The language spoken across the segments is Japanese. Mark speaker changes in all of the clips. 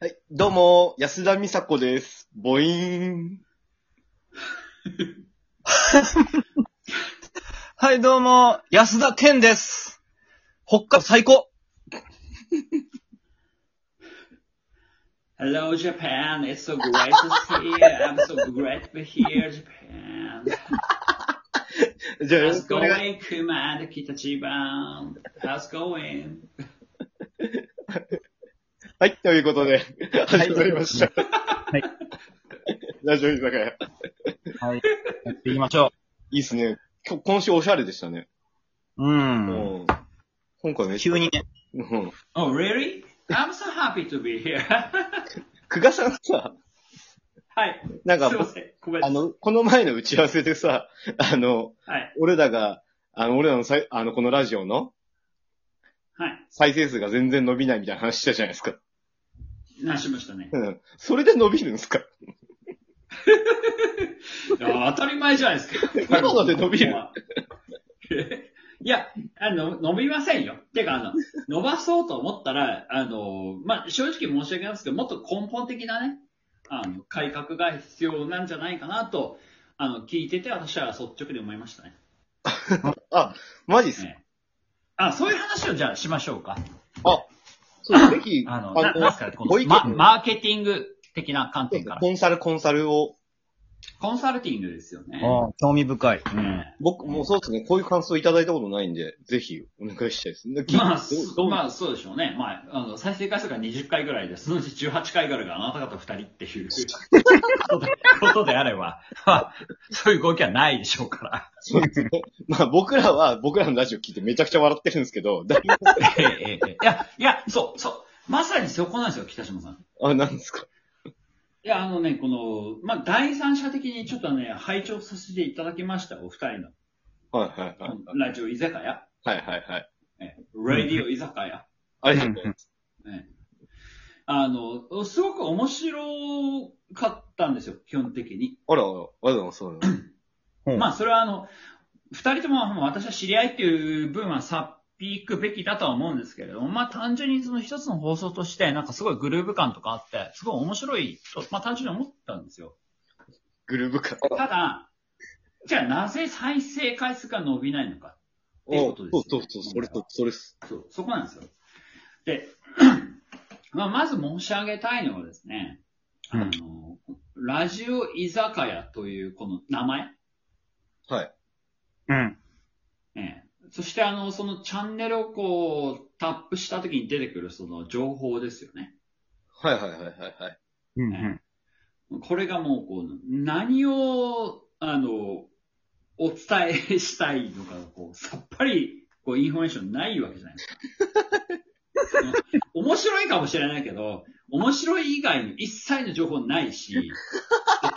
Speaker 1: はい、どうも、安田美沙子です。ボイーン。
Speaker 2: はい、どうも、安田健です。北海道最高。
Speaker 3: Hello, Japan. It's so great to see you. I'm so grateful here, Japan.
Speaker 1: じゃあ、よろ
Speaker 3: How's
Speaker 1: しくお願い。
Speaker 3: going, Kuma and Kitachiban? How's going?
Speaker 1: はい、ということで、始まりました。はいラジオ居酒屋。
Speaker 2: はい。やっていきましょ
Speaker 1: いいっすね。今日、今週おしゃれでしたね。
Speaker 2: う。うん。
Speaker 1: うん。今回ね、
Speaker 2: 急にね。
Speaker 1: うん。
Speaker 3: Oh, really? I'm so happy to be here.
Speaker 1: 久我さんさ、
Speaker 3: はい。
Speaker 1: なんか
Speaker 3: すいません。ごめん。
Speaker 1: あの、この前の打ち合わせでさ、あの、
Speaker 3: はい。
Speaker 1: 俺らが、あの、俺らのさい、あの、このラジオの
Speaker 3: はい。
Speaker 1: 再生数が全然伸びないみたいな話したじゃないですか。
Speaker 3: 何しましたね。
Speaker 1: うん。それで伸びるんですか
Speaker 3: いや当たり前じゃないです
Speaker 1: な
Speaker 3: か。
Speaker 1: ので伸びる
Speaker 3: いや、あの、伸びませんよ。てか、あの、伸ばそうと思ったら、あの、まあ、正直申し訳ないですけど、もっと根本的なね、あの、改革が必要なんじゃないかなと、あの、聞いてて、私は率直に思いましたね。
Speaker 1: あ、マジっす
Speaker 3: ねあ、そういう話をじゃあしましょうか。
Speaker 1: あ、そう、ぜひ、
Speaker 3: あの、ななんですかね、こ
Speaker 1: ご
Speaker 3: の
Speaker 1: 意見
Speaker 3: ま、マーケティング的な観点から。
Speaker 1: コンサル、コンサルを、
Speaker 3: コンサルティングですよね。
Speaker 2: ああ、興味深い。うん。
Speaker 3: ね
Speaker 1: 僕、もうそうですね、こういう感想いただいたことないんで、ぜひお願いしたいです。聞い
Speaker 3: ま
Speaker 1: ど
Speaker 3: あ、
Speaker 1: う
Speaker 3: そ
Speaker 1: どう
Speaker 3: まあ、そうでしょうね。まあ、あの、再生回数が20回ぐらいで、そのうち18回ぐらいがあなた方2人っていうことでことであれば、 まあ、そういう動きはないでしょうか
Speaker 1: そうですね。まあ僕らは、僕らのラジオ聞いてめちゃくちゃ笑ってるんですけど、だいぶ
Speaker 3: ら。 ええええいや、いや、そう、そう。まさにそこなんですよ、北島さん。
Speaker 1: あ、なんですか。
Speaker 3: いや、あのね、この、まあ、第三者的にちょっとね、拝聴させていただきました、お二人の
Speaker 1: はいはいはい。
Speaker 3: ラジオ居酒屋、
Speaker 1: はいはいはい。
Speaker 3: ええラディオ居酒屋。
Speaker 1: ありがとうございます。
Speaker 3: あの、すごく面白かったんですよ、基本的に。
Speaker 1: あらあら、ありがとうございます。
Speaker 2: うん
Speaker 3: まあ、それはあの、二人とももう私は知り合いっていう分はさっぴくべきだとは思うんですけれども、まあ、単純にその一つの放送として、なんかすごいグルーヴ感とかあって、すごい面白いと、まあ、単純に思ったんですよ。
Speaker 1: グルーヴ感。
Speaker 3: ただ、じゃあなぜ再生回数が伸びないのか。っていう
Speaker 1: お
Speaker 3: ことです
Speaker 1: そう
Speaker 3: ね
Speaker 1: そうそう、それと、それっす。
Speaker 3: そう、そこなんですよ。で、 まあ、まず申し上げたいのはですね、あの、ラジオ居酒屋というこの名前、
Speaker 1: はい。
Speaker 2: うん。
Speaker 3: ええ、そしてあの、そのチャンネルをこう、タップした時に出てくるその情報ですよね。
Speaker 1: はいはいはいはいはい。
Speaker 2: うん
Speaker 3: んこれがもうこう、何を、あの、お伝えしたいのか、こう、さっぱり、こう、インフォメーションないわけじゃないですか。うん 面白いかもしれないけど、面白い以外の一切の情報ないし、で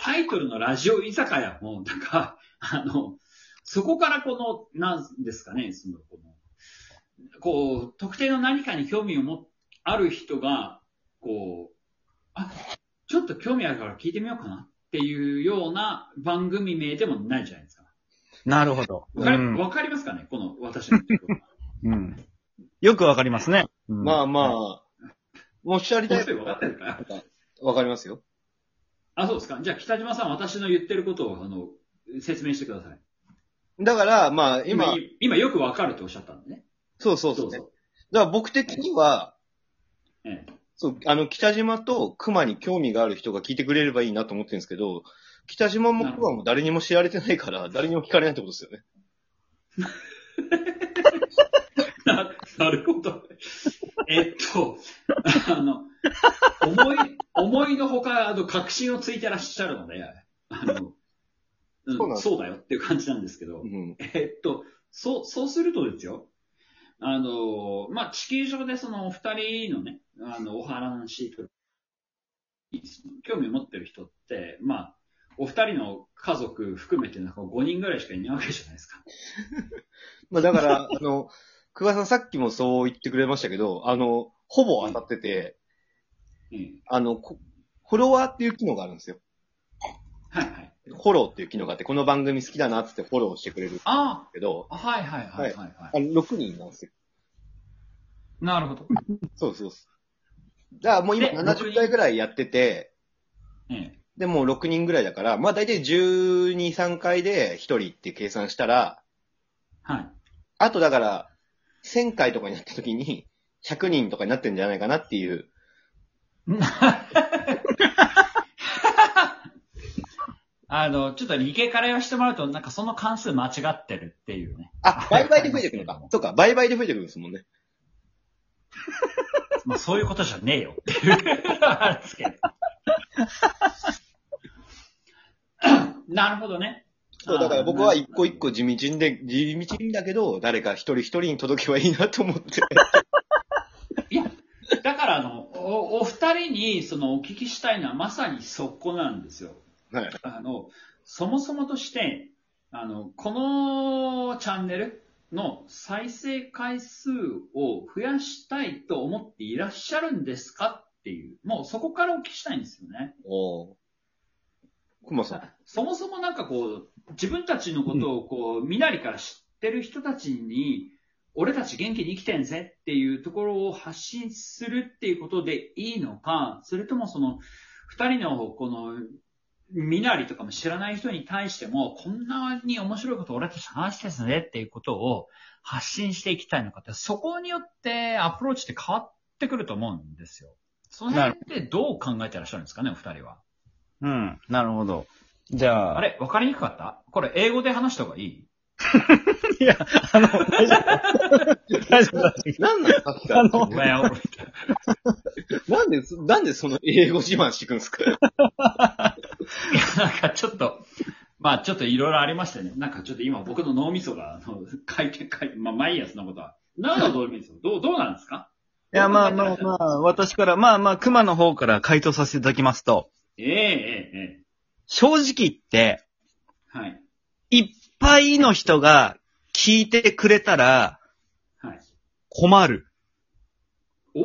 Speaker 3: タイトルのラジオ居酒屋も、なんか、あの、そこからこの、なんですかね、その、この、こう、特定の何かに興味を持っある人が、こう、あ、ちょっと興味あるから聞いてみようかなっていうような番組名でもないじゃないですか。
Speaker 2: なるほど。
Speaker 3: わかり,、
Speaker 2: うん
Speaker 3: わかりますかねこの私の言ってること。
Speaker 2: うん。よくわかりますね。
Speaker 1: ま
Speaker 2: ま
Speaker 1: あまあ、おっしゃり
Speaker 3: こ
Speaker 1: た
Speaker 3: の
Speaker 1: い
Speaker 3: 人。 分かってるかな
Speaker 1: わかりますよ。
Speaker 3: あ、そうですか。じゃあ北島さん、私の言ってることを、あの、説明してください。
Speaker 1: だから、まあ今
Speaker 3: 今、、今よくわかるとおっしゃったんでね。
Speaker 1: そうそうそう。だか
Speaker 3: う。
Speaker 1: ら僕的には、
Speaker 3: え
Speaker 1: そう、あの、北島と熊に興味がある人が聞いてくれればいいなと思ってるんですけど、北島も熊も誰にも知られてないから、誰にも聞かれないってことですよね。
Speaker 3: え、な、なるほど。 えっと、あの、思い、思いのほか、あの、確信をついてらっしゃるので、あの、うん
Speaker 1: そうなんです
Speaker 3: そうだよっていう感じなんですけど。
Speaker 1: うん。
Speaker 3: えっと、そう、そうするとですよ。あの、まあ、地球上でそのお二人のね、あの、お話と、興味を持ってる人って、まあ、お二人の家族含めてなんか5人ぐらいしかいないわけじゃないですか。
Speaker 1: まあだ から、あの、久我さんさっきもそう言ってくれましたけど、あの、ほぼ当たってて、
Speaker 3: うん。
Speaker 1: あの、こフォロワーっていう機能があるんですよ。
Speaker 3: はいはい。
Speaker 1: フォローっていう機能があって、この番組好きだなっつってフォローしてくれるんです
Speaker 3: あ
Speaker 1: けど、
Speaker 3: あ、はいはいはいはい、は
Speaker 1: あの、6人なんですよ。
Speaker 3: い。なるほど。
Speaker 1: そうそうそだからもう今
Speaker 3: で
Speaker 1: 70回ぐらいやってて、
Speaker 3: ええ。
Speaker 1: で、もう6人ぐらいだから、まあ大体12、3回で1人って計算したら、
Speaker 3: はい。
Speaker 1: あとだから、1000回とかになった時に、100人とかになってんじゃないかなっていう。
Speaker 3: あの、ちょっと理系から言わせてもらうと、なんかその関数間違ってるっていうね。
Speaker 1: あ、倍々で増えてくのか。そうか、倍々で増えてくるんですもんね。
Speaker 3: まあそういうことじゃねえよっていうのはある んですけど。なるほどね。
Speaker 1: そう、だから僕は一個一個地道んで、地道んだけど、誰か一人一人に届けばいいなと思って。
Speaker 3: だからあの、おお二人にそのお聞きしたいのはまさにそこなんですよ。
Speaker 1: はい。
Speaker 3: あの、そもそもとして、あの、このチャンネルの再生回数を増やしたいと思っていらっしゃるんですかっていう、もうそこからお聞きしたいんですよね。
Speaker 1: おくまさん。
Speaker 3: そもそもなんかこう、自分たちのことをこう、身なりから知ってる人たちに、俺たち元気に生きてんぜっていうところを発信するっていうことでいいのか、それともその、二人のこの、身なりとかも知らない人に対しても、こんなに面白いこと俺たち話してですねっていうことを発信していきたいのかって、そこによってアプローチって変わってくると思うんですよ。その辺ってどう考えてらっしゃるんですかね、お二人は。
Speaker 2: うん。なるほど。じゃあ。
Speaker 3: あれ、わかりにくかったこれ、英語で話した方がいい
Speaker 2: いや、あの、大丈夫。大丈夫、大丈
Speaker 1: なんなんさっきから
Speaker 2: あの
Speaker 3: ?Well,
Speaker 1: なんで、なんでその英語自慢してくんですか
Speaker 3: いやなんかちょっと、まあちょっといろいろありましたね。なんかちょっと今僕の脳みそが、あの、回転、回転、まあ毎朝のことは。何の脳みそどう、どうなんですか
Speaker 2: 夫。いや、まあまあまあ、私から、まあまあ、熊の方から回答させていただきますと、
Speaker 3: えええええ
Speaker 2: 正直言って、
Speaker 3: えはい。
Speaker 2: いっぱいの人が聞いてくれたら
Speaker 3: はい。
Speaker 2: 困る。
Speaker 3: お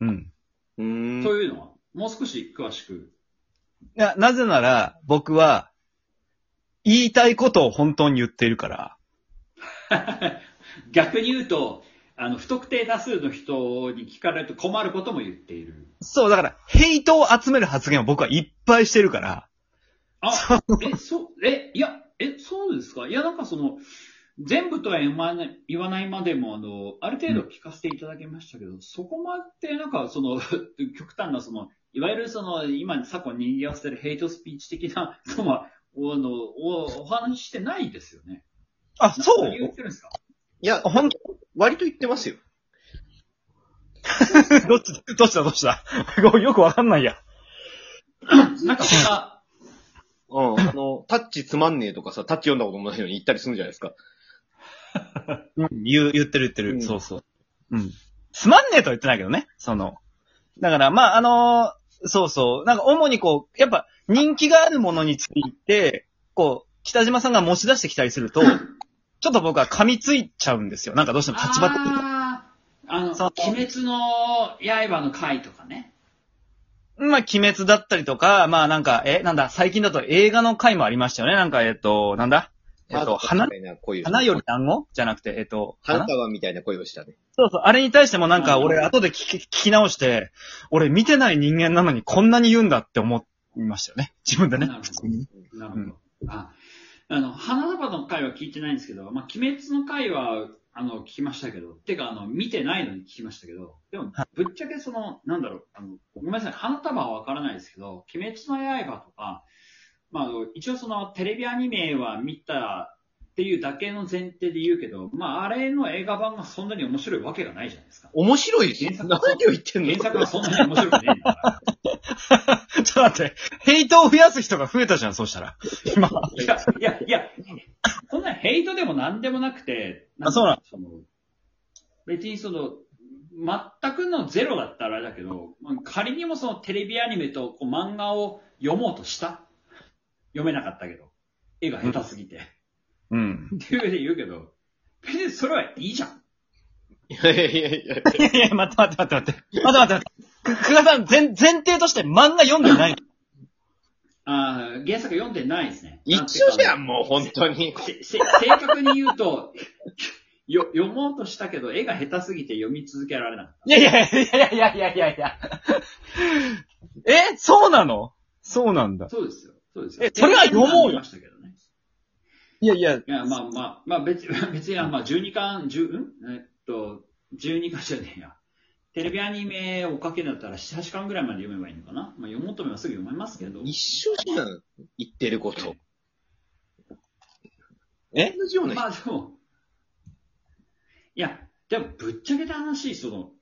Speaker 2: うん。
Speaker 1: うーん。
Speaker 3: というのは、もう少し詳しく。
Speaker 2: な、なぜなら、僕は、言いたいことを本当に言っているから。
Speaker 3: 逆に言うと、あの、不特定多数の人に聞かれると困ることも言っている。
Speaker 2: そう、だから、ヘイトを集める発言を僕はいっぱいしてるから。
Speaker 3: あ、え、そう、え、いや、え、そうですかいや、なんかその、全部とは言わない言わないまでも、あの、ある程度聞かせていただきましたけど、そこまで、なんかその、 極端な、その、いわゆるその、今、昨今にぎわせてるヘイトスピーチ的な、 その、おあのおお話ししてないですよね。
Speaker 2: あ、
Speaker 3: な
Speaker 2: そう
Speaker 3: 何言ってるんですか
Speaker 1: いや、
Speaker 2: ほん、
Speaker 1: 割と言ってますよ。
Speaker 2: どっち、どっちだ、どっちだ。 よくわかんないや。
Speaker 3: なんかそんな、
Speaker 1: うん。あの、タッチつまんねえとかさ、タッチ読んだこともないのに言ったりするじゃないですか。
Speaker 2: うん、言う、言ってる言ってる。
Speaker 1: うん
Speaker 2: そうそう。うん。つまんねえとは言ってないけどね。その。だから、まあ、あのーそうそう。なんか、主にこう、やっぱ、人気があるものについて、こう、北島さんが持ち出してきたりすると、ちょっと僕は噛みついちゃうんですよ。なんかどうしても立場的に。
Speaker 3: あーあの、
Speaker 2: そう
Speaker 3: 鬼滅の刃の回とかね。
Speaker 2: まあ、鬼滅だったりとか、まあなんか、え、なんだ、最近だと映画の回もありましたよね。なんか、えっと、なんだえっと、花
Speaker 1: み、たいな声を
Speaker 2: 花より団子じゃなくて、えっと、
Speaker 1: 花束みたいな声をしたね。
Speaker 2: そうそう、あれに対してもなんか
Speaker 3: うん
Speaker 2: 俺後で聞き聞き直して、俺見てない人間なのにこんなに言うんだって思いましたよね。自分でね
Speaker 3: なる。
Speaker 2: 普
Speaker 3: ほ
Speaker 2: 通
Speaker 3: ど
Speaker 2: に
Speaker 3: なるほど。あ、あの、花束の回は聞いてないんですけど、まあ、鬼滅の回は、あの、聞きましたけど、てか、あの、見てないのに聞きましたけど、でも
Speaker 2: は、
Speaker 3: ぶっちゃけその、なんだろう、あの、ごめんなさい、花束はわからないですけど、鬼滅の刃とか、まあ、あの一応その、テレビアニメは見たっていうだけの前提で言うけど、まあ、あれの映画版がそんなに面白いわけがないじゃないですか。
Speaker 1: 面白いし
Speaker 3: 原。作
Speaker 1: 何を言ってんの
Speaker 3: 原作はそんなに面白くねえんだから。
Speaker 2: ちょっと待って、ヘイトを増やす人が増えたじゃん、そうしたら。今。
Speaker 3: いや、いや、いや、そんなヘイトでも何でもなくて、
Speaker 2: あそうなの
Speaker 3: その別にその、全くのゼロだったらあれだけど、まあ仮にもそのテレビアニメとこう漫画を読もうとした読めなかったけど、絵が下手すぎて。
Speaker 2: うん。
Speaker 3: っていうふうに言うけど、別にそれはいいじゃん。
Speaker 1: いやいやいやいや。
Speaker 2: いやいや、待って待って待って待って。待って待って待って。く、くがさん、前、前提として漫画読んでない。
Speaker 3: あー原作読んでないですね。
Speaker 1: 一緒じゃ
Speaker 3: なん
Speaker 1: ん、もう本当に。
Speaker 3: ていうか。せせ正確に言うと、 よ、読もうとしたけど、絵が下手すぎて読み続けられなかっ
Speaker 2: いやいやいやいやいやいやいや。えそうなのそうなんだ
Speaker 3: た。。そうですよ。そうですよ。
Speaker 2: えそれは読もうよ
Speaker 3: いましたけどね。
Speaker 2: いやいや、
Speaker 3: いや、まあまあ、まあ別、別に、あ まあ12巻、十んえっと、12巻じゃねえや。テレビアニメを追っかけだったら7、8巻ぐらいまで読めばいいのかなまあ読もうと思えばすぐ読めますけど。
Speaker 1: 一緒じゃん。言ってること。
Speaker 2: え
Speaker 1: 同じような人
Speaker 3: まあでも、いや、でもぶっちゃけた話、その、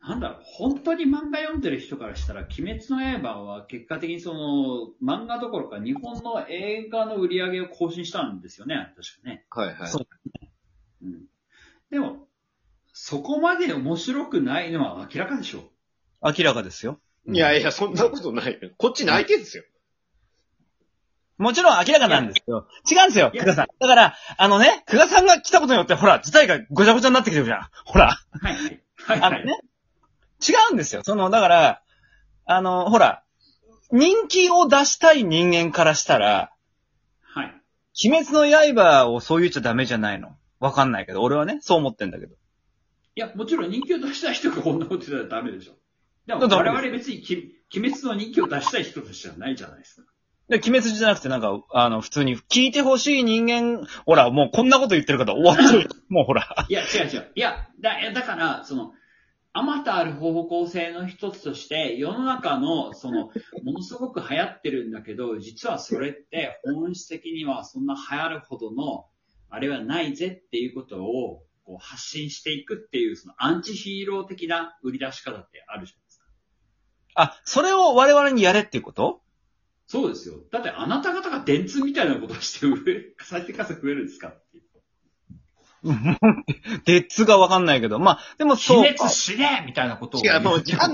Speaker 3: なんだろう、本当に漫画読んでる人からしたら、鬼滅の刃は結果的にその、漫画どころか日本の映画の売り上げを更新したんですよね、確かね。
Speaker 1: はいはい。
Speaker 2: そう
Speaker 3: うん。でも、そこまで面白くないのは明らかでしょ。
Speaker 2: 明らかですよ。
Speaker 1: いやいや、そんなことないよ。こっちの相手ですよ。
Speaker 2: もちろん明らかなんですけど、違うんですよ、
Speaker 3: いや
Speaker 2: 久我さん。だから、あのね、久我さんが来たことによって、ほら、事態がごちゃごちゃになってきてるじゃん。ほら。
Speaker 3: はいはい。はい
Speaker 2: あ
Speaker 3: は
Speaker 2: の
Speaker 3: い。
Speaker 2: ね、違うんですよ。その、だから、あの、ほら、人気を出したい人間からしたら、
Speaker 3: はい。
Speaker 2: 鬼滅の刃をそう言っちゃダメじゃないの。わかんないけど、俺はね、そう思ってんだけど。
Speaker 3: いや、もちろん人気を出したい人がこんなこと言ったらダメでしょ。でも、
Speaker 2: だから
Speaker 3: 我々別にき鬼滅の人気を出したい人としてはないじゃないですか。
Speaker 2: で、鬼滅じゃなくて、なんか、あの、普通に、聞いてほしい人間、ほら、もうこんなこと言ってる方終わってる。もうほら。
Speaker 3: いや、違う違う。いや、だいやだから、その、あまたある方向性の一つとして、世の中の、その、ものすごく流行ってるんだけど、実はそれって本質的にはそんな流行るほどの、あれはないぜっていうことを、こう発信していくっていう、そのアンチヒーロー的な売り出し方ってあるじゃないですか。
Speaker 2: あ、それを我々にやれっていうこと
Speaker 3: そうですよ。だってあなた方が電通みたいなことをして売れ、再生回数増えるんですかっていう。
Speaker 2: でっつがわかんないけど。まあ、でもそう
Speaker 3: 鬼
Speaker 2: か。
Speaker 3: 滅死ねみたいなことを。
Speaker 1: 違う、もう、じゃない